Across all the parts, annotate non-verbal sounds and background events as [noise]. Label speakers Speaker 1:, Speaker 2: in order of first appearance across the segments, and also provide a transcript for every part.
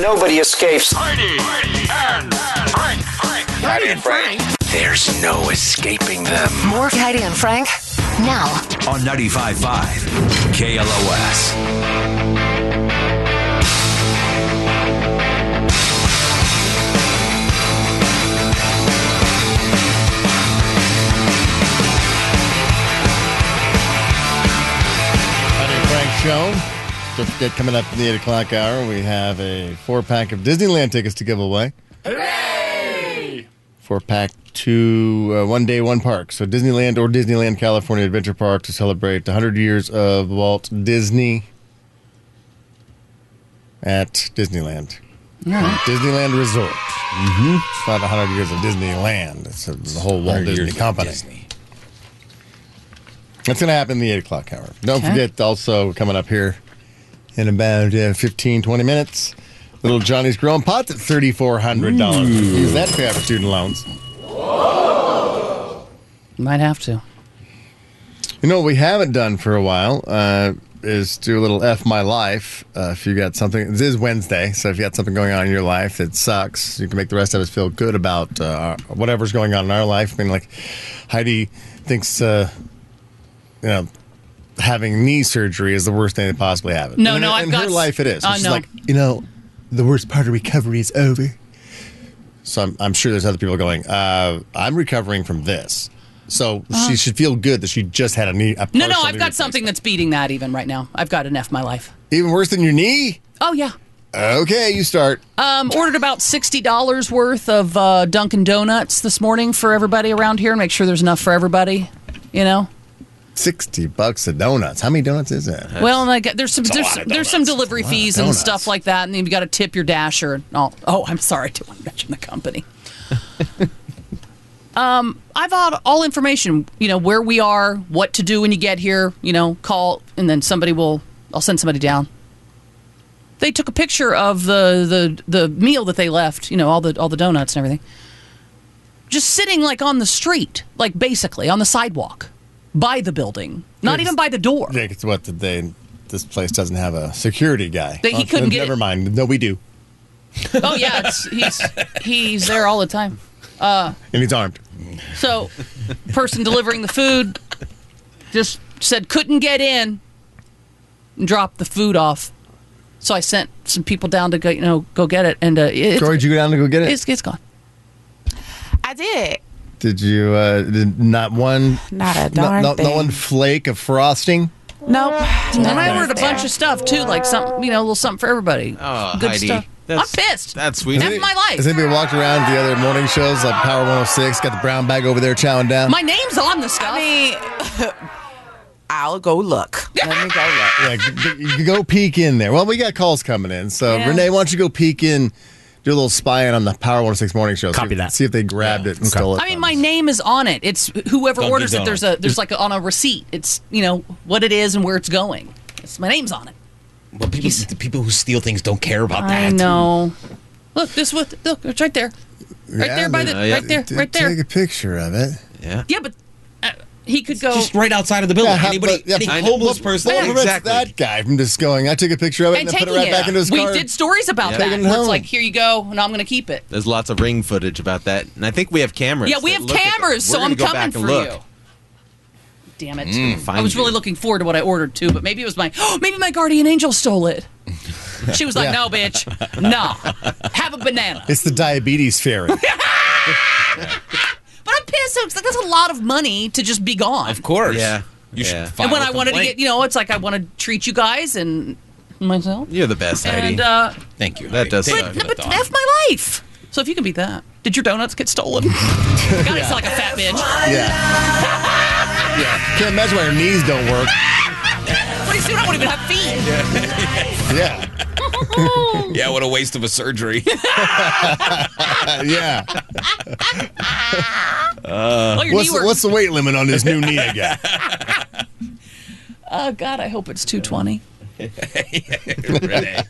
Speaker 1: Nobody escapes.
Speaker 2: Hardy and Frank. Hardy and Frank.
Speaker 1: There's no escaping them.
Speaker 3: More of Heidi and Frank now.
Speaker 4: on 95.5 KLOS.
Speaker 5: Friday Frank Show. Don't forget, coming up in the 8 o'clock hour, we have a four pack of Disneyland tickets to give away. Four pack to uh, one day, one park. So, Disneyland or Disneyland California Adventure Park to celebrate the 100 years of Walt Disney at Disneyland. Uh, Disneyland Resort. Mm-hmm. It's not 100 years of Disneyland, it's uh, the whole Walt Disney Company. That's going to happen in the 8 o'clock hour. Don't forget also coming up here in about uh, 15, 20 minutes, little Johnny's Growing Pots at $3,400. Use that to pay off student loans.
Speaker 6: Might have to.
Speaker 5: You know what we haven't done for a while uh, is do a little F my life. Uh, if you got something, this is Wednesday, so if you got something going on in your life that sucks, you can make the rest of us feel good about uh, whatever's going on in our life. I mean, like Heidi thinks, uh, you know, having knee surgery is the worst thing that possibly happened.
Speaker 6: No,
Speaker 5: And
Speaker 6: no,
Speaker 5: in,
Speaker 6: I've
Speaker 5: in
Speaker 6: got
Speaker 5: her
Speaker 6: s-
Speaker 5: life it is. And
Speaker 6: uh,
Speaker 5: she's
Speaker 6: no.
Speaker 5: like, you know, the worst part of recovery is over. So I'm, I'm sure there's other people going, uh, I'm recovering from this. So she should feel good that she just had a knee. A
Speaker 6: Uh-huh. No, no,
Speaker 5: partial
Speaker 6: I've
Speaker 5: knee
Speaker 6: got something that's beating that even right now. I've got an F my life.
Speaker 5: replacement. Even worse than your knee?
Speaker 6: Oh, yeah.
Speaker 5: Okay, you start.
Speaker 6: Um, ordered about $60 worth of uh, Dunkin' Donuts this morning for everybody around here and make sure there's enough for everybody, you know?
Speaker 5: 60 bucks a donuts. How many donuts is that?
Speaker 6: Well, and I got, there's some
Speaker 5: a
Speaker 6: there's,
Speaker 5: lot of
Speaker 6: there's some
Speaker 5: donuts.
Speaker 6: delivery
Speaker 5: A lot of
Speaker 6: fees and
Speaker 5: donuts.
Speaker 6: stuff like that, and then you got to tip your dasher. And all. Oh, I'm sorry, I didn't want to mention
Speaker 5: [laughs]
Speaker 6: the company. um, I've got all information. You know where we are, what to do when you get here. You know, call, and then somebody will. I'll send somebody down. They took a picture of the the the meal that they left. You know, all the all the donuts and everything. Just sitting like on the street, like basically on the sidewalk, by the building, not
Speaker 5: Yes.
Speaker 6: even by the door.
Speaker 5: Jake, it's what did they. This place doesn't have a security guy. Oh,
Speaker 6: That he couldn't get
Speaker 5: Never
Speaker 6: it.
Speaker 5: mind. No, we do.
Speaker 6: Oh yeah, it's, he's he's there all the time.
Speaker 5: And he's armed.
Speaker 6: So, person delivering the food just said couldn't get in and dropped the food off. So I sent some people down to go, you know go get it, and uh, it,
Speaker 5: Corey, did you go down to go get it?
Speaker 6: it's it's gone.
Speaker 7: I did.
Speaker 5: Did you, uh, did [laughs] not one,
Speaker 7: Not a
Speaker 5: no,
Speaker 7: darn
Speaker 5: no,
Speaker 7: thing.
Speaker 5: no one flake of frosting?
Speaker 7: Nope.
Speaker 6: And I ordered a bunch of stuff too, like something you know, a little something for everybody.
Speaker 2: Oh,
Speaker 6: Good
Speaker 2: Heidi,
Speaker 6: stuff. I'm
Speaker 2: that's-
Speaker 6: pissed.
Speaker 2: that's sweet.
Speaker 6: F my life.
Speaker 5: Has anybody walked around the other morning shows like Power 106? Got the brown bag over there chowing down?
Speaker 6: my name's on the stuff.
Speaker 7: I mean, I'll go look. Let me go look.
Speaker 5: yeah, g- g- go peek in there. Well, we got calls coming in. So,
Speaker 6: Yeah.
Speaker 5: Renee, why don't you go peek in, do a little spying on the Power 106 morning show?
Speaker 8: Copy
Speaker 5: see,
Speaker 8: that.
Speaker 5: See if they grabbed it and stole it.
Speaker 6: I mean,
Speaker 5: from
Speaker 6: my
Speaker 5: us.
Speaker 6: name is on it. It's whoever
Speaker 8: Dunkin'
Speaker 6: orders it. There's a
Speaker 8: Donuts.
Speaker 6: there's like a, on a receipt. It's you know what it is and where it's going. It's my name's on it.
Speaker 8: But people, the people who steal things don't care about that.
Speaker 6: I know. Look, this what look, it's right there. Right
Speaker 5: Yeah,
Speaker 6: there by the
Speaker 5: they-
Speaker 6: right there,
Speaker 5: t-
Speaker 6: right there.
Speaker 5: Take a picture of it.
Speaker 6: Yeah, but uh, he could go
Speaker 8: Just right outside of the building.
Speaker 5: Yeah, how-
Speaker 8: Anybody,
Speaker 5: but- yeah, I
Speaker 8: any
Speaker 5: know.
Speaker 8: homeless person.
Speaker 5: What prevents
Speaker 2: exactly.
Speaker 5: that guy from just going, I took a picture of it and,
Speaker 6: and
Speaker 5: then
Speaker 6: taking
Speaker 5: put it right
Speaker 6: it.
Speaker 5: back into his
Speaker 6: we
Speaker 5: car.
Speaker 6: did stories about
Speaker 2: Yeah.
Speaker 6: that.
Speaker 5: Taking it
Speaker 6: where it's
Speaker 5: home.
Speaker 6: like, here you go, and I'm going to keep it.
Speaker 2: There's lots of ring footage about that, and I think we have cameras.
Speaker 6: yeah, we
Speaker 2: that
Speaker 6: have
Speaker 2: look at them.
Speaker 6: cameras,
Speaker 2: We're
Speaker 6: so
Speaker 2: gonna
Speaker 6: I'm
Speaker 2: go
Speaker 6: coming
Speaker 2: back and
Speaker 6: for
Speaker 2: look. Mm,
Speaker 6: you. Damn it!
Speaker 2: find
Speaker 6: I was really
Speaker 2: you.
Speaker 6: looking forward to what I ordered too, but maybe it was my [gasps] maybe my guardian angel
Speaker 2: [laughs]
Speaker 6: stole it. She was
Speaker 5: Yeah.
Speaker 6: like, "No, bitch, nah, have a banana."
Speaker 5: It's the diabetes
Speaker 6: [laughs]
Speaker 5: fairy.
Speaker 6: But I'm pissed. It's like, that's a lot of money to just be gone.
Speaker 8: Of course.
Speaker 2: Yeah,
Speaker 8: You
Speaker 2: yeah.
Speaker 8: should. File
Speaker 6: and when
Speaker 8: a
Speaker 6: I wanted to
Speaker 8: complaint.
Speaker 6: get, you know, it's like I want to treat you guys and myself.
Speaker 2: You're the best, Heidi.
Speaker 6: And uh,
Speaker 8: Thank you.
Speaker 2: That does
Speaker 8: Thank
Speaker 2: suck.
Speaker 8: you,
Speaker 6: no, but
Speaker 8: Don.
Speaker 6: f my life. So if you can beat that, did your donuts
Speaker 2: [laughs]
Speaker 6: get stolen? God, I sound like a fat bitch.
Speaker 5: yeah. yeah. Can't imagine why your knees don't work.
Speaker 6: What do you see? I won't even have feet.
Speaker 5: Yeah.
Speaker 8: yeah, what a waste of
Speaker 6: [laughs]
Speaker 8: a surgery.
Speaker 5: Uh, yeah.
Speaker 6: Oh, your
Speaker 5: What's
Speaker 6: knee
Speaker 5: the,
Speaker 6: works.
Speaker 5: what's the weight limit on this new knee I got?
Speaker 6: oh God, I hope it's 220.
Speaker 8: Renee.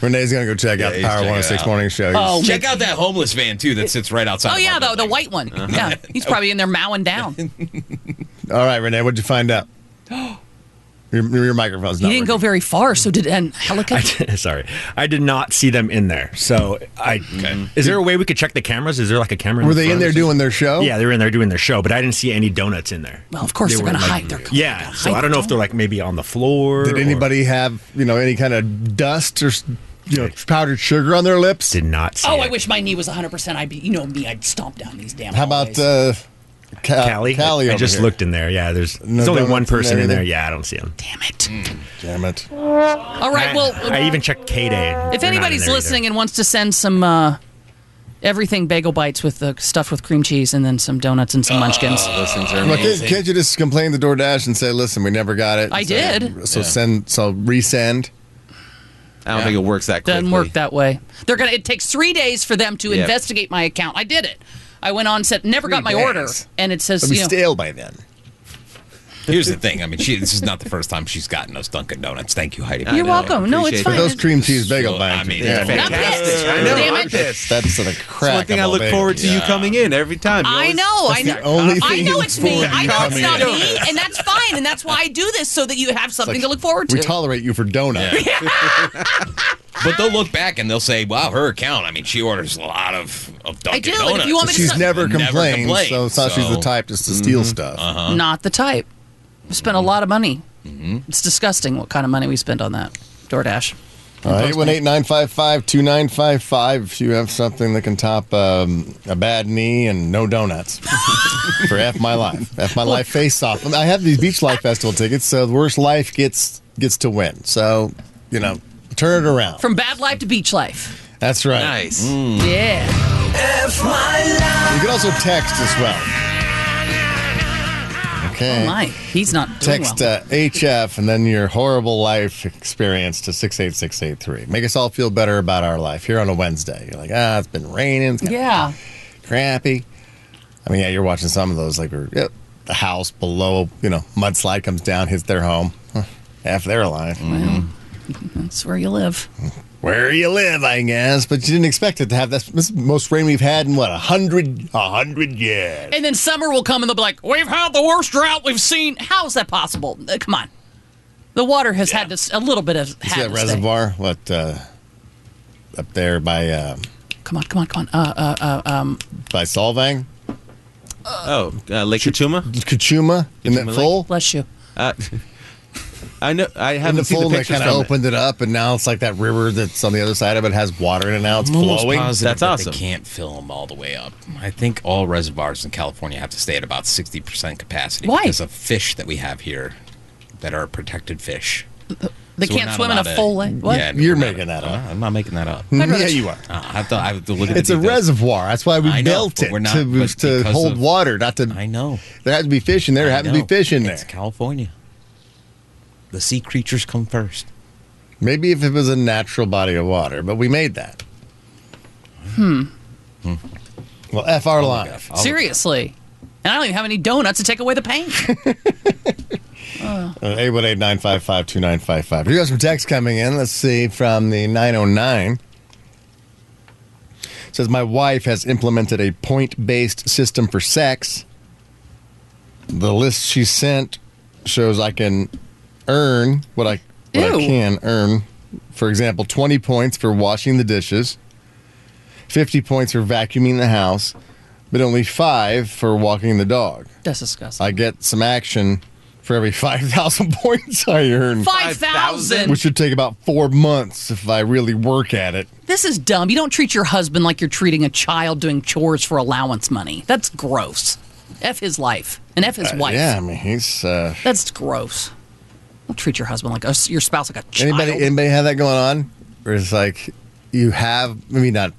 Speaker 5: Renee's going to go check out the
Speaker 8: he's
Speaker 5: Power
Speaker 8: checking
Speaker 5: 106
Speaker 8: it out.
Speaker 5: morning show.
Speaker 6: Oh,
Speaker 8: Check out that homeless van too that sits right outside.
Speaker 6: Oh
Speaker 8: of
Speaker 6: yeah,
Speaker 8: our
Speaker 6: the the
Speaker 8: building.
Speaker 6: white one.
Speaker 9: Uh-huh.
Speaker 6: Yeah,
Speaker 9: [laughs]
Speaker 6: he's probably in there mowing down.
Speaker 5: All right, Renee, what'd you find out? Your, your microphone's
Speaker 6: He
Speaker 5: not.
Speaker 6: didn't go
Speaker 5: working.
Speaker 6: very far, so did an
Speaker 9: [laughs]
Speaker 6: helicopter.
Speaker 9: Sorry, I did not see them in there. So I. Is there a way we could check the cameras? Is there like a camera?
Speaker 5: Were they in
Speaker 9: front
Speaker 5: there
Speaker 9: or
Speaker 5: doing their show?
Speaker 9: something? Yeah, they were in there doing their show, but I didn't see any donuts in there.
Speaker 6: Well, of course they are
Speaker 9: were
Speaker 6: going to
Speaker 9: like-
Speaker 6: hide their.
Speaker 9: Yeah, so I don't know if they're like maybe on the floor.
Speaker 5: Did
Speaker 9: or-
Speaker 5: anybody have you know any kind of dust or you know powdered sugar on their lips?
Speaker 9: did not. See
Speaker 6: Oh,
Speaker 9: it.
Speaker 6: I wish my knee was 100. percent I'd be, you know me, I'd stomp down these damn.
Speaker 5: How about
Speaker 6: hallways.
Speaker 5: uh, Ca-
Speaker 9: Callie.
Speaker 5: Callie
Speaker 9: I, I
Speaker 5: over
Speaker 9: just
Speaker 5: here.
Speaker 9: looked in there. Yeah, there's
Speaker 5: No
Speaker 9: there's only one
Speaker 5: donuts in
Speaker 9: person
Speaker 5: there
Speaker 9: in there.
Speaker 5: either?
Speaker 9: Yeah, I don't see him.
Speaker 6: Damn it!
Speaker 5: Damn it!
Speaker 6: All right, well,
Speaker 9: Hmm. I even checked K Day.
Speaker 6: if anybody's listening and wants to send some uh, everything bagel bites with the stuff with cream cheese and then some donuts and some munchkins.
Speaker 8: Those things are
Speaker 5: Well, can't,
Speaker 8: amazing.
Speaker 5: can't you just complain to DoorDash and say, "Listen, we never got it."
Speaker 6: I
Speaker 5: so,
Speaker 6: did.
Speaker 5: So send. So resend.
Speaker 8: I don't think it works that quickly.
Speaker 6: Doesn't work that way. They're gonna. It takes three days for them to
Speaker 8: Yep.
Speaker 6: investigate my account. I did it. I went on set, never got my
Speaker 5: Three
Speaker 6: order,
Speaker 5: days.
Speaker 6: and it says
Speaker 5: It'll be
Speaker 6: you know,
Speaker 5: stale by then.
Speaker 8: Here's the thing. I mean, she, this is not the first time she's gotten us Dunkin' Donuts. Thank you, Heidi.
Speaker 6: You're welcome. No, it's
Speaker 8: Appreciate
Speaker 6: fine.
Speaker 8: that.
Speaker 5: Those cream cheese bagel
Speaker 8: So,
Speaker 5: bites.
Speaker 8: I mean,
Speaker 5: yeah,
Speaker 8: it's
Speaker 6: I'm pissed.
Speaker 10: I know.
Speaker 6: Damn
Speaker 10: I'm
Speaker 6: it.
Speaker 10: pissed.
Speaker 5: that's the crack.
Speaker 10: One thing
Speaker 5: of
Speaker 10: I
Speaker 5: a
Speaker 10: look
Speaker 5: bagel.
Speaker 10: forward to you
Speaker 8: Yeah.
Speaker 10: coming in every time. You
Speaker 6: I
Speaker 10: always-
Speaker 6: know. I
Speaker 5: the
Speaker 6: know.
Speaker 5: only thing
Speaker 6: I
Speaker 5: you
Speaker 6: know
Speaker 5: look
Speaker 6: it's me.
Speaker 5: forward to
Speaker 6: I know it's
Speaker 5: coming
Speaker 6: not
Speaker 5: in.
Speaker 6: me, and that's fine. And that's why I do this so that you have something to look forward to.
Speaker 5: We tolerate you for donuts.
Speaker 8: But they'll look back and they'll say, "Wow, her account. I mean, she orders a lot of of Dunkin'
Speaker 6: do, and if
Speaker 8: Donuts.
Speaker 6: you want me to
Speaker 5: She's
Speaker 6: So-
Speaker 5: never complained,
Speaker 8: complained,
Speaker 5: so it's not she's the
Speaker 8: so-
Speaker 5: type just to steal stuff.
Speaker 6: Not the type. We spent a lot of money.
Speaker 5: Mm-hmm.
Speaker 6: It's disgusting what kind of money we spend on that. DoorDash.
Speaker 5: All right, 818 955 2955. If you have something that can top um, a bad knee and no donuts for F My Life, F My Life face off. I have these Beach Life Festival tickets, so the worst life gets gets to win. So, you know, turn it around.
Speaker 6: From bad life to beach life.
Speaker 5: That's right.
Speaker 10: Nice.
Speaker 8: mm.
Speaker 5: Mm.
Speaker 6: Yeah.
Speaker 5: You can also text as well. Okay.
Speaker 6: Oh my. He's not doing
Speaker 5: Text
Speaker 6: well.
Speaker 5: uh, HF and then your horrible life experience to 68683. Make us all feel better about our life here on a Wednesday. You're like, ah, it's been raining. It's kinda
Speaker 6: yeah.
Speaker 5: crappy. I mean, yeah, you're watching some of those, like where, yep, the house below, you know, mudslide comes down, hits their home. Huh, Half their life.
Speaker 6: That's where you live.
Speaker 5: Where you live, I guess, but you didn't expect it to have this, this is the most rain we've had in what, a hundred, a hundred years.
Speaker 6: And then summer will come and they'll be like, we've had the worst drought we've seen. How is that possible? Uh, come on. The water has had to, s- a little bit of.
Speaker 5: See
Speaker 6: Had
Speaker 5: that
Speaker 6: to stay.
Speaker 5: reservoir? What, uh, up there by, uh,
Speaker 6: Come on, come on, come on. Uh, uh,
Speaker 5: by Solvang?
Speaker 10: Oh, uh, Lake Chuma.
Speaker 5: Kachuma? In that
Speaker 10: Kachuma Lake?
Speaker 5: full?
Speaker 6: bless you.
Speaker 10: [laughs] I know. I
Speaker 5: in
Speaker 10: haven't
Speaker 5: the
Speaker 10: seen
Speaker 5: full,
Speaker 10: the
Speaker 5: they
Speaker 10: pictures
Speaker 5: kind
Speaker 10: from
Speaker 5: of
Speaker 10: it.
Speaker 5: opened it. up, and now it's like that river that's on the other side of it has water in it. Now it's flowing.
Speaker 10: That's
Speaker 8: that They
Speaker 10: awesome.
Speaker 8: can't fill them all the way up. I think all reservoirs in California have to stay at about sixty percent capacity
Speaker 6: Why?
Speaker 8: because of fish that we have here that are protected fish.
Speaker 6: They
Speaker 8: So we're
Speaker 6: can't
Speaker 8: not
Speaker 6: swim in a
Speaker 8: allowed to-
Speaker 6: full lake. What?
Speaker 8: Yeah,
Speaker 5: You're
Speaker 8: we're not-
Speaker 5: making that up.
Speaker 8: Uh, I'm not making that up.
Speaker 5: Mm-hmm. yeah, you are.
Speaker 8: Uh, I have to, I have to look at
Speaker 5: It's
Speaker 8: the
Speaker 5: a
Speaker 8: details.
Speaker 5: reservoir. That's why we
Speaker 8: I know,
Speaker 5: built
Speaker 8: but
Speaker 5: it
Speaker 8: we're not-
Speaker 5: to,
Speaker 8: but
Speaker 5: to
Speaker 8: because
Speaker 5: hold
Speaker 8: of-
Speaker 5: water, not to.
Speaker 8: I know.
Speaker 5: There had to be fish in there.
Speaker 8: I
Speaker 5: Happened to be
Speaker 8: know.
Speaker 5: fish in there.
Speaker 8: It's California. The sea creatures come first.
Speaker 5: Maybe if it was a natural body of water, but we made that. Hmm. Well, f our line.
Speaker 6: Seriously. And I don't even have any donuts to take away the pain. [laughs]
Speaker 5: Eight one eight nine five five two nine five five. We got some text coming in. Let's see from the nine oh nine. Says my wife has implemented a point based system for sex. The list she sent shows I can earn what I what I
Speaker 6: Ew.
Speaker 5: can earn. For example, twenty points for washing the dishes, fifty points for vacuuming the house, but only five for walking the dog.
Speaker 6: That's disgusting.
Speaker 5: I get some action for every [laughs] 5,000 points I earn,
Speaker 6: 5,000.
Speaker 5: which would take about four months if I really work at it.
Speaker 6: This is dumb. You don't treat your husband like you're treating a child doing chores for allowance money. That's gross. F his life and F his wife.
Speaker 5: Yeah, I mean, he's. Uh,
Speaker 6: That's gross. Don't treat your husband like a, your spouse like a child.
Speaker 5: anybody, anybody have that going on? Where it's like you have, I mean, not.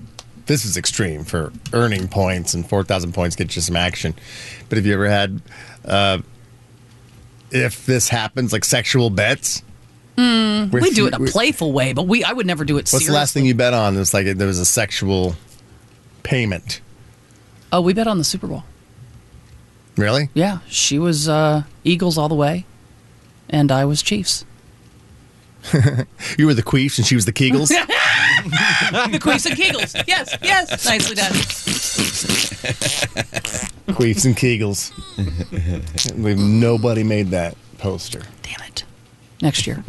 Speaker 5: This is extreme for earning points, and 4,000 points get you some action. But have you ever had, uh, if this happens, like sexual bets? Where
Speaker 6: Hmm, we
Speaker 5: if
Speaker 6: do
Speaker 5: you-
Speaker 6: it in a playful way, but we I would never do it
Speaker 5: What's
Speaker 6: seriously.
Speaker 5: the last thing you bet on? It's like there was a sexual payment.
Speaker 6: Oh, we bet on the Super Bowl.
Speaker 5: Really?
Speaker 6: Yeah, she was uh, Eagles all the way, and I was Chiefs.
Speaker 5: You were the queefs and she was the [laughs] kegels.
Speaker 6: McQueefs and Kegels. Yes, yes. Nicely done.
Speaker 5: [laughs] queefs and kegels. I can't believe nobody made that poster.
Speaker 6: Damn it. next year,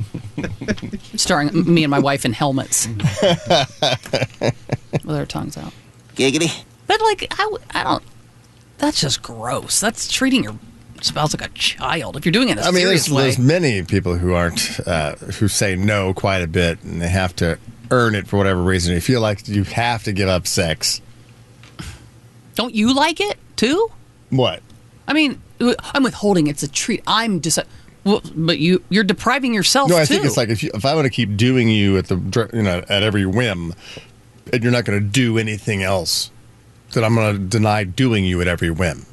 Speaker 6: starring m- me and my wife in helmets with our tongues out.
Speaker 2: Giggity.
Speaker 6: But like, I, w- I don't. That's just gross. That's treating your spouse like a child. If you're doing it, in a
Speaker 5: I mean,
Speaker 6: serious
Speaker 5: there's,
Speaker 6: way.
Speaker 5: there's many people who aren't uh, who say no quite a bit, and they have to earn it for whatever reason. You feel like you have to give up sex.
Speaker 6: don't you like it too?
Speaker 5: What?
Speaker 6: I mean, I'm withholding. It's a treat. I'm just. Well, but you you're depriving yourself.
Speaker 5: No, I
Speaker 6: too.
Speaker 5: think it's like if you, if I want to keep doing you at the dr- you know at every whim, and you're not going to do anything else, then I'm going to deny doing you at every whim.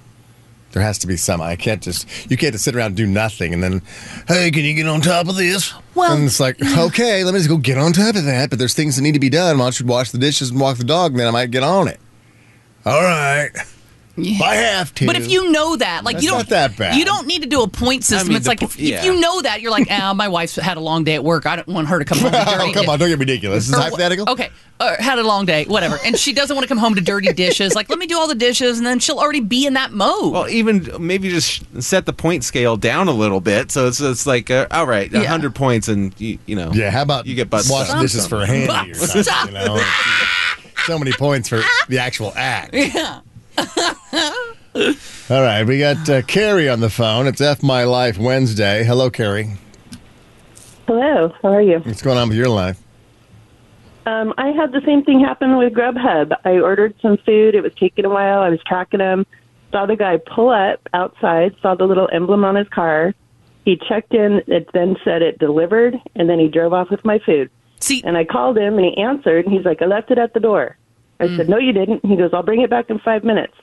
Speaker 5: There has to be some. I can't just you can't just sit around and do nothing and then, hey, can you get on top of this?
Speaker 6: Well-
Speaker 5: and it's like okay, let me just go get on top of that. But there's things that need to be done. Why don't you wash the dishes and walk the dog? And then I might get on it. All right, If I have to.
Speaker 6: But if you know that, like
Speaker 5: That's
Speaker 6: you don't
Speaker 5: not that bad.
Speaker 6: You don't need to do a point system.
Speaker 10: mean,
Speaker 6: it's
Speaker 10: the
Speaker 6: like
Speaker 10: po-
Speaker 6: if,
Speaker 10: yeah.
Speaker 6: if you know that, you're like, ah, my wife's had a long day at work. I don't want her to come home to
Speaker 5: [laughs] [laughs]
Speaker 6: dirty.
Speaker 5: oh, come on, don't get ridiculous. This is
Speaker 6: or wha-
Speaker 5: hypothetical.
Speaker 6: Okay, uh, had a long day, whatever, and she doesn't want to come home to dirty dishes. Like, let me do all the dishes, and then she'll already be in that mode.
Speaker 10: Well, even maybe just set the point scale down a little bit, so it's it's like uh, all right, a
Speaker 6: Yeah.
Speaker 10: hundred points, and you, you know,
Speaker 5: Yeah, how about
Speaker 10: you get butt
Speaker 5: wash
Speaker 10: stuff.
Speaker 5: dishes for a handy or
Speaker 6: Butt
Speaker 5: something?
Speaker 6: stuff.
Speaker 5: You know? so many points for the actual act.
Speaker 6: yeah.
Speaker 5: All right, we got uh, Carrie on the phone. It's F My Life Wednesday. Hello, Carrie.
Speaker 11: Hello, how are you?
Speaker 5: What's going on with your life?
Speaker 11: Um, I had the same thing happen with Grubhub. I ordered some food. It was taking a while. I was tracking him. Saw the guy pull up outside, saw the little emblem on his car. He checked in. It then said it delivered, and then he drove off with my food.
Speaker 6: See,
Speaker 11: And I called him, and he answered, and he's like, I left it at the door. I said, No, you didn't. He goes, I'll bring it back in five minutes.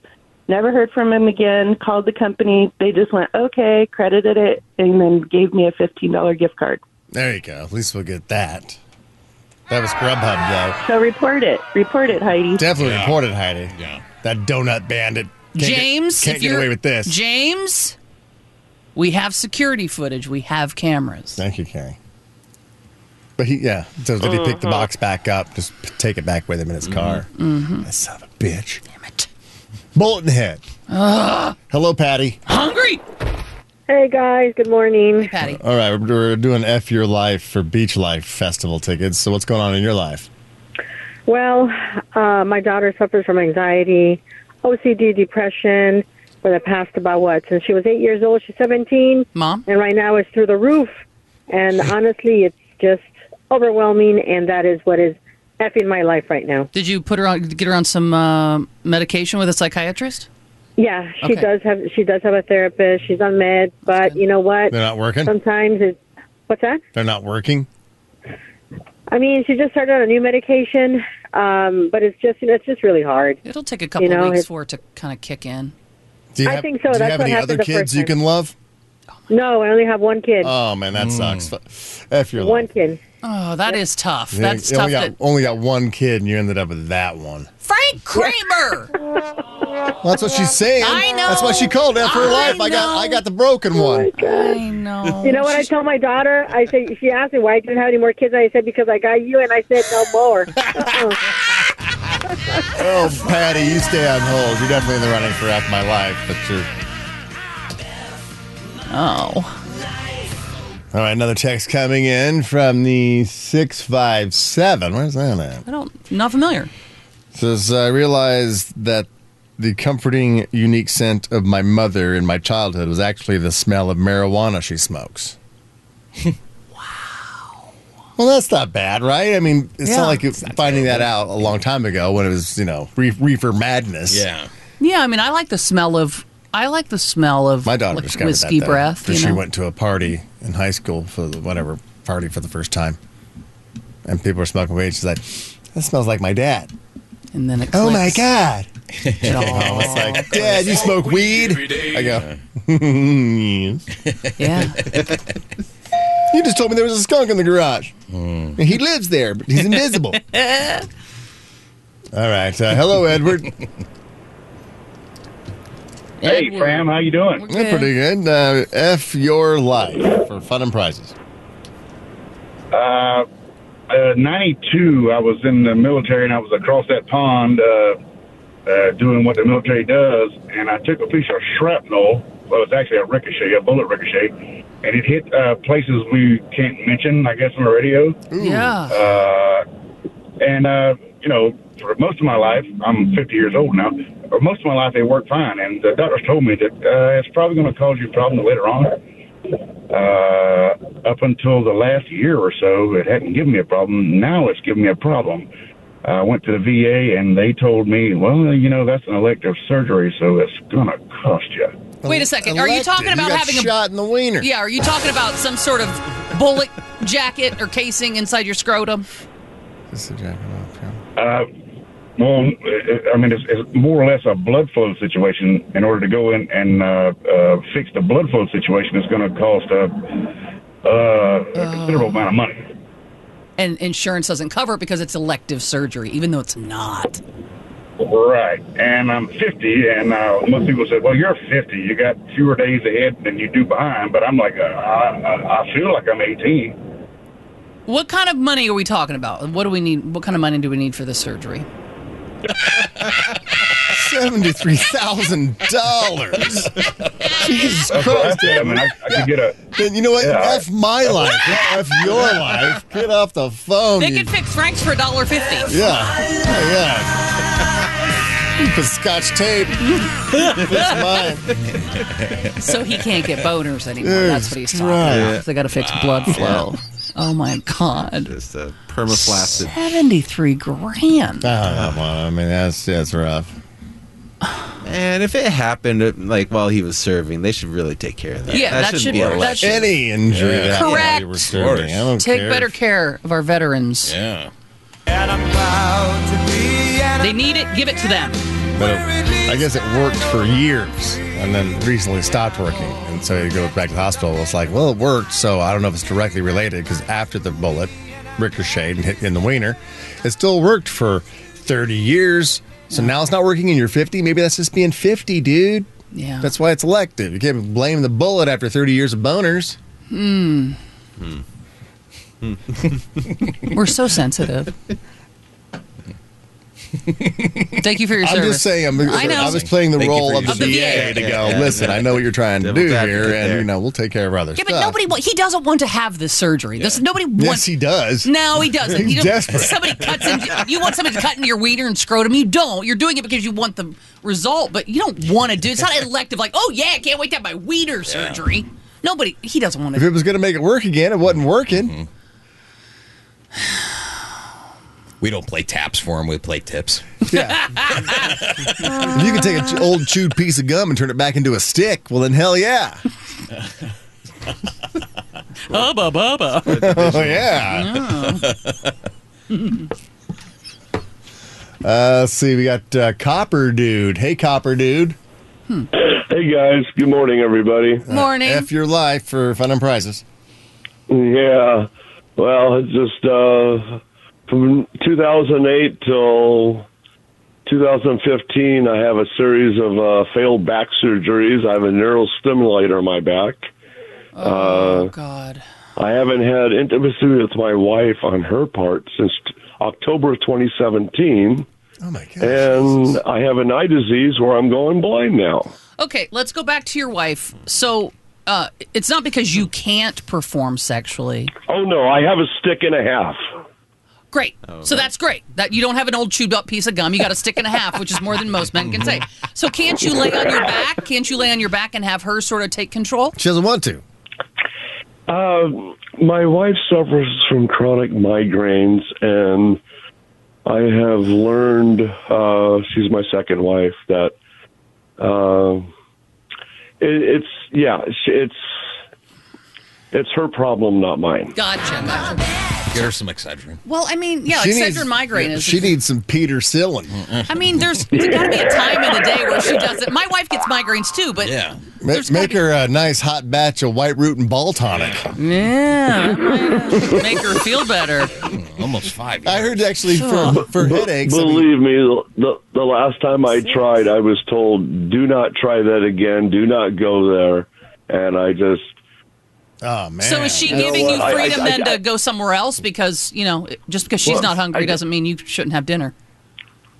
Speaker 11: Never heard from him again. Called the company. They just went, Okay, credited it, and then gave me a $15 gift card.
Speaker 5: There you go. At least we'll get that. That was Grubhub,
Speaker 11: So report it. Report it, Heidi.
Speaker 5: though. Definitely reported, Heidi.
Speaker 8: Yeah.
Speaker 5: That donut bandit. Can't get-
Speaker 6: James,
Speaker 5: can't
Speaker 6: if
Speaker 5: get
Speaker 6: you're-
Speaker 5: away with this.
Speaker 6: James, we have security footage. We have cameras.
Speaker 5: Thank you, Carrie. But he, yeah. So did he pick the
Speaker 6: Uh-huh.
Speaker 5: box back up? Just p- take it back with him in his car. Mm-hmm. That son of a bitch.
Speaker 6: Damn it!
Speaker 5: Bolton head. Hello, Patty.
Speaker 6: Hungry,
Speaker 11: Hey guys, good morning.
Speaker 6: Patty.
Speaker 5: All right, we're- we're doing F Your Life for Beach Life Festival tickets. So, what's going on in your life?
Speaker 11: Well, uh, my daughter suffers from anxiety, OCD, depression for the past about what? Since she was eight years old, she's 17,
Speaker 6: Mom,
Speaker 11: and right now it's through the roof. And honestly, it's just overwhelming, and that is what is effing my life right now.
Speaker 6: did you put her on? Get her on some uh, medication with a psychiatrist?
Speaker 11: Yeah, she
Speaker 6: Okay.
Speaker 11: does have she does have a therapist. She's on meds, but you know what?
Speaker 5: They're not working.
Speaker 11: Sometimes it's what's that?
Speaker 5: They're not working.
Speaker 11: I mean, she just started on a new medication, um, but it's just you know, it's just really hard.
Speaker 6: It'll take a couple
Speaker 11: You know,
Speaker 6: of weeks
Speaker 11: it's-
Speaker 6: for it to kind of kick in.
Speaker 5: Do you
Speaker 11: I
Speaker 5: have,
Speaker 11: think
Speaker 5: Do
Speaker 11: so.
Speaker 5: you
Speaker 11: That's
Speaker 5: have
Speaker 11: what
Speaker 5: any
Speaker 11: happened
Speaker 5: other
Speaker 11: the first
Speaker 5: kids you
Speaker 11: time.
Speaker 5: can love?
Speaker 11: No, I only have one kid.
Speaker 12: Uh,
Speaker 5: Oh man,
Speaker 6: Mm.
Speaker 5: that sucks. F- F your
Speaker 11: one
Speaker 5: life.
Speaker 11: kid.
Speaker 6: Oh, that is tough.
Speaker 5: You
Speaker 6: That's
Speaker 5: only
Speaker 6: tough.
Speaker 5: got,
Speaker 6: that-
Speaker 5: only got one kid, and you ended up with that one.
Speaker 6: Frank Kramer.
Speaker 5: Well, that's what
Speaker 11: [laughs]
Speaker 5: she's saying.
Speaker 6: I know.
Speaker 5: That's why she called F Your
Speaker 6: I
Speaker 5: Life. I got
Speaker 6: know.
Speaker 5: I got the broken
Speaker 11: Oh
Speaker 5: one.
Speaker 6: I know.
Speaker 11: You know what I told my daughter? I said she asked me why I didn't have any more kids. I said because I got you, and I said no more.
Speaker 5: Oh, Patty, you stay on hold. You're definitely in the running for F My Life, but you're.
Speaker 6: Oh,
Speaker 5: All right, another text coming in from the 657. Where's that at?
Speaker 6: I don't. Not familiar.
Speaker 5: Says, I realized that the comforting, unique scent of my mother in my childhood was actually the smell of marijuana she [laughs] smokes. wow. Well, that's not bad, right? I mean, it's
Speaker 6: Yeah.
Speaker 5: not like you finding that out a long time ago when it was, you know, re- reefer madness.
Speaker 8: Yeah.
Speaker 6: Yeah, I mean, I like the smell of. I like the smell of
Speaker 5: My daughter
Speaker 6: like,
Speaker 5: discovered
Speaker 6: whiskey
Speaker 5: that. though,
Speaker 6: breath.
Speaker 5: 'cause
Speaker 6: You
Speaker 5: she
Speaker 6: know?
Speaker 5: went to a party in high school for the, whatever party for the first time. And people were smoking weed. She's like, that smells like my dad.
Speaker 6: and then it.
Speaker 5: Oh my
Speaker 6: clicks.
Speaker 5: God. [laughs]
Speaker 6: Oh,
Speaker 5: It's like, Dad, you smoke weed? I go, "Yes." [laughs]
Speaker 6: yeah.
Speaker 5: You just told me there was a skunk in the garage. And He lives there, but he's invisible.
Speaker 6: [laughs]
Speaker 5: All right. Uh, hello, Edward.
Speaker 6: [laughs] Hey, Fram, how you doing? We're
Speaker 5: That's
Speaker 6: good.
Speaker 5: pretty good. Uh, F your life for fun and prizes.
Speaker 2: Uh, 92, I was in the military and I was across that pond uh, uh, doing what the military does. And I took a piece of shrapnel. Well, it's actually a ricochet, a bullet ricochet.
Speaker 11: and it hit uh, places we can't mention, I guess, on the radio.
Speaker 6: Yeah.
Speaker 11: Uh, and uh, you know, for most of my life, I'm 50 years old now. For most of my life, they worked fine, and the doctors told me that uh, it's probably going to cause you problems later on. Uh, up until the last year or so, it hadn't given me a problem. Now it's given me a problem. um, I went to the VA, and they told me, well, you know, that's an elective surgery, so it's going to cost you.
Speaker 6: Wait a second. Are you talking
Speaker 5: elected. You
Speaker 6: about
Speaker 5: got
Speaker 6: having
Speaker 5: shot
Speaker 6: a
Speaker 5: in the wiener?
Speaker 6: Yeah. Are you talking about some sort of bullet jacket or casing inside your scrotum?
Speaker 5: This is a jacket off, yeah.
Speaker 11: Uh, well, it- uh, I mean, it's, it's more or less a blood flow situation. In order to go in and uh, uh, fix the blood flow situation, it's going to cost a, uh, a considerable amount of money.
Speaker 6: And insurance doesn't cover it because it's elective surgery, even though it's not.
Speaker 11: Right. And I'm 50, and uh, most people say, well, you're 50. You got fewer days ahead than you do behind. But I'm like, uh, I, I- I feel like I'm 18.
Speaker 6: What kind of money are we talking about? What do we need? What kind of money do we need for this surgery?
Speaker 5: Seventy-three thousand dollars. Jesus
Speaker 11: That's what I
Speaker 5: Christ!
Speaker 11: said. I mean, I- I could get a-
Speaker 5: Then you know what?
Speaker 11: Yeah.
Speaker 5: F my life. Yeah, F your life. Get off the phone.
Speaker 6: They
Speaker 5: you-
Speaker 6: could fix Frank's for $1.50.
Speaker 5: yeah. Oh, yeah. Put scotch tape. Fix mine.
Speaker 6: so he can't get boners anymore.
Speaker 5: Jesus
Speaker 6: That's what he's talking
Speaker 5: Christ.
Speaker 6: about. They got to fix blood flow. Oh my god!
Speaker 10: Just a permaflaccid.
Speaker 6: Seventy-three grand.
Speaker 5: Oh, come on. I mean, that's that's rough.
Speaker 10: And if it happened uh, like while he was serving, they should really take care of that.
Speaker 6: Yeah, that
Speaker 10: shouldn't
Speaker 6: should-
Speaker 10: be a
Speaker 6: that
Speaker 10: lecture.
Speaker 6: should-
Speaker 5: Any injury
Speaker 10: Yeah.
Speaker 5: that
Speaker 6: Correct.
Speaker 5: you were
Speaker 6: Of
Speaker 5: serving, I don't
Speaker 6: Take
Speaker 5: care.
Speaker 6: better care of our veterans.
Speaker 8: Yeah.
Speaker 6: They need it. Give it to them.
Speaker 5: But it- I guess it worked for years and then recently stopped working. And so you go back to the hospital. It's like, well, it worked. So I don't know if it's directly related because after the bullet ricocheted and hit in the wiener, it still worked for 30 years. So now it's not working and you're 50. Maybe that's just being 50, dude.
Speaker 6: Yeah.
Speaker 5: That's why it's elective. You can't blame the bullet after 30 years of boners.
Speaker 6: We're
Speaker 5: [laughs]
Speaker 6: so sensitive. Thank you for your
Speaker 5: I'm
Speaker 6: service.
Speaker 5: just saying, I'm,
Speaker 6: I know.
Speaker 5: I was playing the
Speaker 10: Thank you
Speaker 5: role
Speaker 10: for
Speaker 5: of the
Speaker 10: your
Speaker 5: VA
Speaker 10: service.
Speaker 5: to go,
Speaker 10: Yeah, yeah,
Speaker 5: listen, I know what you're trying to do
Speaker 10: Devil's advocate
Speaker 5: here, and,
Speaker 10: there.
Speaker 5: you know, we'll take care of other
Speaker 6: yeah,
Speaker 5: stuff.
Speaker 6: but nobody. wa- He doesn't want to have this surgery. This nobody wants.
Speaker 5: Yes, he does.
Speaker 6: No, he doesn't.
Speaker 5: He's
Speaker 6: you don't-
Speaker 5: desperate.
Speaker 6: Somebody cuts into you want somebody to cut into your wiener and scrotum. You don't. You're doing it because you want the result, but you don't want to do. It's not elective. Like, oh yeah, I can't wait to have my wiener surgery. Nobody. He doesn't want
Speaker 5: If it
Speaker 6: to.
Speaker 5: was going to make it work again, it wasn't working.
Speaker 10: Mm-hmm.
Speaker 8: We don't play taps for him. We play tips.
Speaker 5: Yeah. if [laughs] you could take an old chewed piece of gum and turn it back into a stick, well, then hell yeah.
Speaker 6: [laughs] Bubba, bubba.
Speaker 5: [laughs] oh, yeah. [laughs] uh, let's see. We got uh, Copper Dude. Hey, Copper Dude.
Speaker 12: Hey guys, good morning, everybody.
Speaker 6: Morning.
Speaker 5: F your life for fun and prizes.
Speaker 12: Yeah, well, it's just uh, from 2008 till 2015, I have a series of uh, failed back surgeries. I have a neural stimulator in my back.
Speaker 6: Oh God.
Speaker 12: I haven't had intimacy with my wife on her part since t- October of 2017,
Speaker 5: Oh, my God.
Speaker 6: Um,
Speaker 12: and I have an eye disease where I'm going blind now.
Speaker 6: Okay, let's go back to your wife. So. Uh, it's not because you can't perform sexually.
Speaker 12: Oh no, I have a stick and a half.
Speaker 6: Great. so that's great. That you don't have an old chewed up piece of gum. You got a stick and a half, which is more than most men can say. So can't you lay on your back? Can't you lay on your back and have her sort of take control?
Speaker 5: She doesn't want to.
Speaker 12: my wife suffers from chronic migraines, and I have learned uh, she's my second wife that uh, it, it's yeah, it's- it's it's her problem, not mine.
Speaker 6: Gotcha. gotcha.
Speaker 8: Get her some Excedrin.
Speaker 6: Well, I mean, yeah,
Speaker 5: She
Speaker 6: Excedrin
Speaker 5: needs-
Speaker 6: Oh, migraine
Speaker 5: yeah,
Speaker 6: is.
Speaker 5: She needs some Peter Cillin.
Speaker 6: I mean, there's, there's got to be a time in the day where she doesn't. My wife gets migraines too, but
Speaker 8: Yeah.
Speaker 5: Ma-
Speaker 6: gotta
Speaker 5: make
Speaker 6: be-
Speaker 5: her a nice hot batch of white root and ball tonic.
Speaker 6: yeah, make her feel better.
Speaker 8: Almost five.
Speaker 5: I heard actually for, for headaches. I mean,
Speaker 12: Believe me, the the last time I tried, I was told, "Do not try that again. Do not go there." And I just
Speaker 5: Oh man!
Speaker 6: So is she
Speaker 12: know
Speaker 6: giving you
Speaker 12: what? I- I-
Speaker 6: freedom
Speaker 12: I-
Speaker 6: then
Speaker 12: I-
Speaker 6: to go somewhere else because you know just because she's
Speaker 12: Well,
Speaker 6: not hungry
Speaker 12: I-
Speaker 6: doesn't mean you shouldn't have dinner.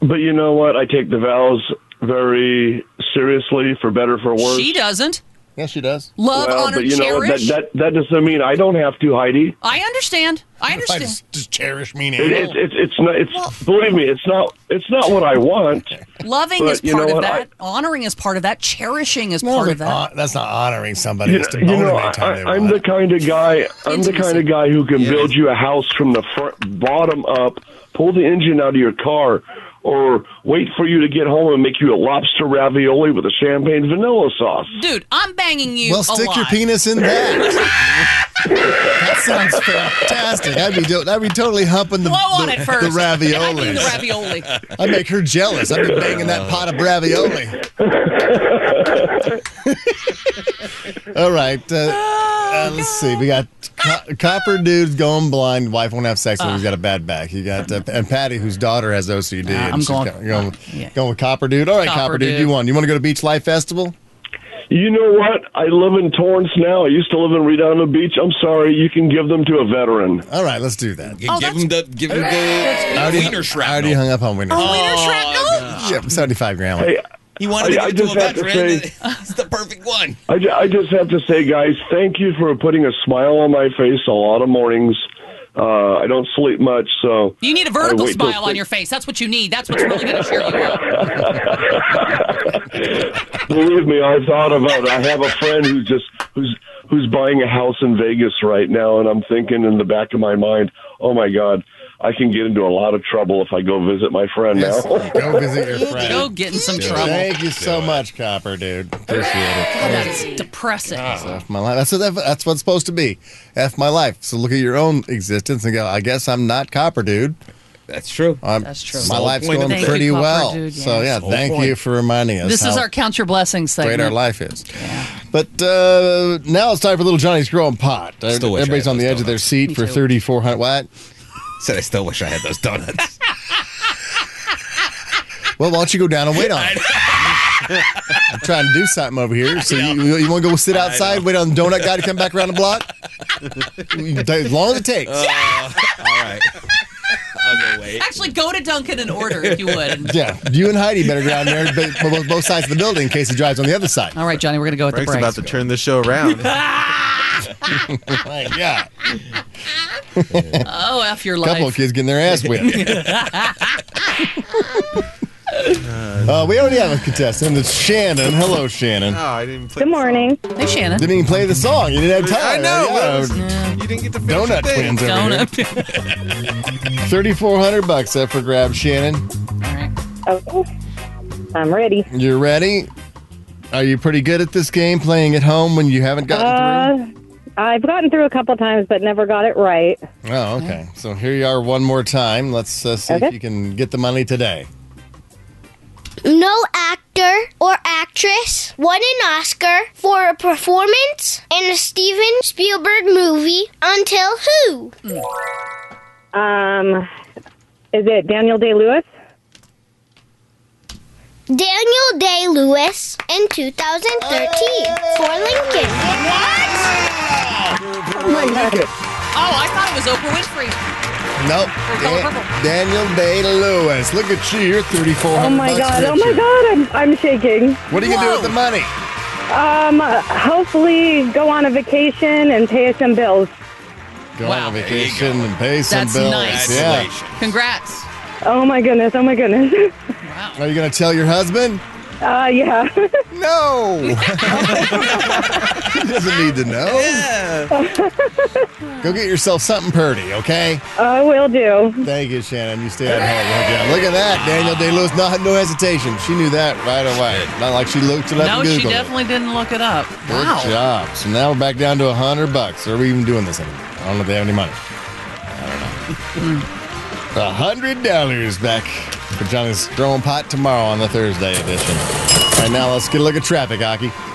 Speaker 12: But you know what? I take the vows very seriously, for better, for worse.
Speaker 6: She doesn't.
Speaker 5: Yeah, she does.
Speaker 6: Love,
Speaker 12: well,
Speaker 6: honor,
Speaker 12: but you know
Speaker 6: cherish.
Speaker 12: that, that that doesn't mean I don't have to, Heidi.
Speaker 6: I understand. I understand.
Speaker 5: Does cherish mean
Speaker 12: It, it's it's it's not. It's believe me, it's not. It's not what I want.
Speaker 6: Loving
Speaker 12: But
Speaker 6: is
Speaker 12: you
Speaker 6: part
Speaker 12: know
Speaker 6: of
Speaker 12: what? I-
Speaker 6: that. Honoring is part of that. Cherishing is part of that.
Speaker 5: that's not honoring somebody.
Speaker 12: You,
Speaker 5: It's to
Speaker 12: you
Speaker 5: bone
Speaker 12: know,
Speaker 5: them anytime
Speaker 12: I,
Speaker 5: they
Speaker 12: I'm the kind of guy. I'm the kind of guy who can build you a house from the front bottom up, pull the engine out of your car, or wait for you to get home and make you a lobster ravioli with a champagne vanilla sauce.
Speaker 6: Dude, I'm banging you.
Speaker 5: Well,
Speaker 6: a
Speaker 5: stick your
Speaker 6: lot.
Speaker 5: penis in
Speaker 6: [laughs]
Speaker 5: that. that sounds fantastic. I'd be do- I'd be totally humping the
Speaker 6: Blow on
Speaker 5: the,
Speaker 6: it first.
Speaker 5: the raviolis.
Speaker 6: [laughs] I mean the ravioli.
Speaker 5: I'd make her jealous. I'd
Speaker 6: [laughs]
Speaker 5: be banging that pot of ravioli. All right. Uh,
Speaker 6: Oh,
Speaker 5: uh, let's see. We got co- copper dudes going blind. Wife won't have sex. with him. He's got a bad back. You got uh, and Patty, whose daughter has OCD.
Speaker 6: Ah. Nah,
Speaker 5: and
Speaker 6: I'm
Speaker 5: she's
Speaker 6: going-
Speaker 5: go- going, with- going with copper dude. All right,
Speaker 12: Copper
Speaker 5: copper, dude,
Speaker 12: dude.
Speaker 5: You won. You want to go to Beach Life Festival?
Speaker 12: You know what? I live in Torrance now. I used to live in Redondo Beach. I'm sorry. You can give them to a veteran.
Speaker 5: All right, let's do that.
Speaker 8: give him the give him the wiener
Speaker 5: I
Speaker 8: shrapnel.
Speaker 5: already hung up on Wiener.
Speaker 8: Oh, wiener
Speaker 5: shrapnel? Yep, 75 grand. one.
Speaker 8: He wanted to
Speaker 12: I- I
Speaker 8: give it to a
Speaker 12: just have to
Speaker 8: veteran.
Speaker 12: say-
Speaker 8: It's the perfect one.
Speaker 12: I, ju- I just have to say, guys, thank you for putting a smile on my face a lot of mornings. Uh, I don't sleep much, so
Speaker 6: You need a vertical smile on your face. That's what you need. That's what's really going to cheer you up.
Speaker 12: Believe me, I thought about it. I have a friend who just who's who's buying a house in Vegas right now, and I'm thinking in the back of my mind, oh my god, I can get into a lot of trouble if I go visit my friend now. [laughs]
Speaker 5: Go visit your friend.
Speaker 6: Go get in some
Speaker 5: Dude,
Speaker 6: trouble.
Speaker 5: Thank you so much, Copper, dude. Appreciate it.
Speaker 6: God, that is depressing.
Speaker 5: F my life. That's what that, that's what's supposed to be. F my life. So look at your own existence and go. I guess I'm not copper, dude.
Speaker 8: That's true.
Speaker 5: that's
Speaker 6: true.
Speaker 5: My
Speaker 6: Whole
Speaker 5: life's
Speaker 6: point of
Speaker 5: going
Speaker 6: the thing.
Speaker 5: pretty
Speaker 6: Thank you, Copper
Speaker 5: well.
Speaker 6: Dude,
Speaker 5: So
Speaker 6: yes.
Speaker 5: yeah,
Speaker 6: Whole
Speaker 5: thank
Speaker 6: point.
Speaker 5: you for reminding us.
Speaker 6: This is
Speaker 5: how
Speaker 6: our count your blessings segment.
Speaker 5: great our life is. But uh, now it's time for little Johnny's growing pot.
Speaker 8: Still wish I
Speaker 5: Everybody's
Speaker 8: had
Speaker 5: on the edge of their seat
Speaker 6: Me
Speaker 5: for
Speaker 6: too.
Speaker 5: 3,400. What?
Speaker 8: Said I still wish I had those [laughs] donuts.
Speaker 5: Well, why don't you go down and wait on
Speaker 6: [laughs]
Speaker 5: it? I'm trying to do something over here. So you, you want to go sit outside, wait on the donut guy to come back around the block?
Speaker 6: [laughs]
Speaker 5: You can take as long as it
Speaker 6: Uh,
Speaker 5: takes.
Speaker 8: all right. I'll go wait.
Speaker 6: Actually, go to Duncan and order if
Speaker 5: [laughs]
Speaker 6: you would.
Speaker 5: Yeah, you and Heidi better go down there, but- but both- both sides of the building in case he drives on the other side.
Speaker 6: All right, Johnny, we're going to go with
Speaker 10: Frank's
Speaker 6: the break.
Speaker 10: about to turn the show
Speaker 11: [laughs]
Speaker 10: around. Oh,
Speaker 5: My God,
Speaker 6: Oh, F your
Speaker 5: couple of
Speaker 6: life.
Speaker 5: kids getting their ass
Speaker 10: [laughs]
Speaker 5: whipped. Uh, we already have a contestant. It's Shannon. Hello, Shannon.
Speaker 10: I didn't
Speaker 11: Good morning.
Speaker 6: Hey, Shannon.
Speaker 5: Didn't even play the song. You didn't have time.
Speaker 10: I know.
Speaker 5: Yeah,
Speaker 10: You didn't get to finish
Speaker 5: donut
Speaker 10: the thing.
Speaker 5: twins over here.
Speaker 6: Donut.
Speaker 5: Thirty-four hundred bucks up for grabs, Shannon.
Speaker 6: Oh,
Speaker 11: Okay. I'm ready.
Speaker 5: You ready? Are you pretty good at this game? Playing at home when you haven't gotten
Speaker 11: Uh, I've gotten through a couple times, but never got it right.
Speaker 5: through. Oh, okay. So here you are one more time. Let's uh, see
Speaker 11: Okay.
Speaker 5: if you can get the money today.
Speaker 13: No actor or actress won an Oscar for a performance in a Steven Spielberg movie until who?
Speaker 11: Um, is it Daniel Day Lewis?
Speaker 13: Daniel Day Lewis in 2013 for Lincoln.
Speaker 6: Oh, I thought it was Oprah Winfrey.
Speaker 5: Nope. Dan-
Speaker 6: Color Purple.
Speaker 5: Daniel Day Lewis. Look at you. You're thirty-four hundred.
Speaker 11: Oh my god! Oh my god! I'm I'm shaking.
Speaker 5: What are you gonna do with the money?
Speaker 11: Um, hopefully go on a vacation and pay some bills.
Speaker 5: Go on vacation and pay some
Speaker 6: That's
Speaker 5: bills.
Speaker 6: nice.
Speaker 5: Yeah.
Speaker 6: Congrats.
Speaker 11: Oh my goodness! Oh my goodness! [laughs]
Speaker 5: Are you gonna tell your husband?
Speaker 11: Uh, yeah. [laughs]
Speaker 5: No. [laughs] he doesn't need to know. Go get yourself something purty, okay?
Speaker 11: I will do.
Speaker 5: Thank you, Shannon. You stay at home. Look at that, Daniel Day Lewis. No, no hesitation. She knew that right away. Not like she looked it up.
Speaker 6: No,
Speaker 5: and Googled
Speaker 6: she
Speaker 5: it.
Speaker 6: definitely didn't look it up.
Speaker 5: Good
Speaker 6: wow.
Speaker 5: job. So now we're back down to a hundred bucks. Are we even doing this anymore? I don't know if they have any money. I don't know. A hundred dollars back for Johnny's throwing pot tomorrow on the Thursday edition. All right now, let's get a look at traffic, Aki.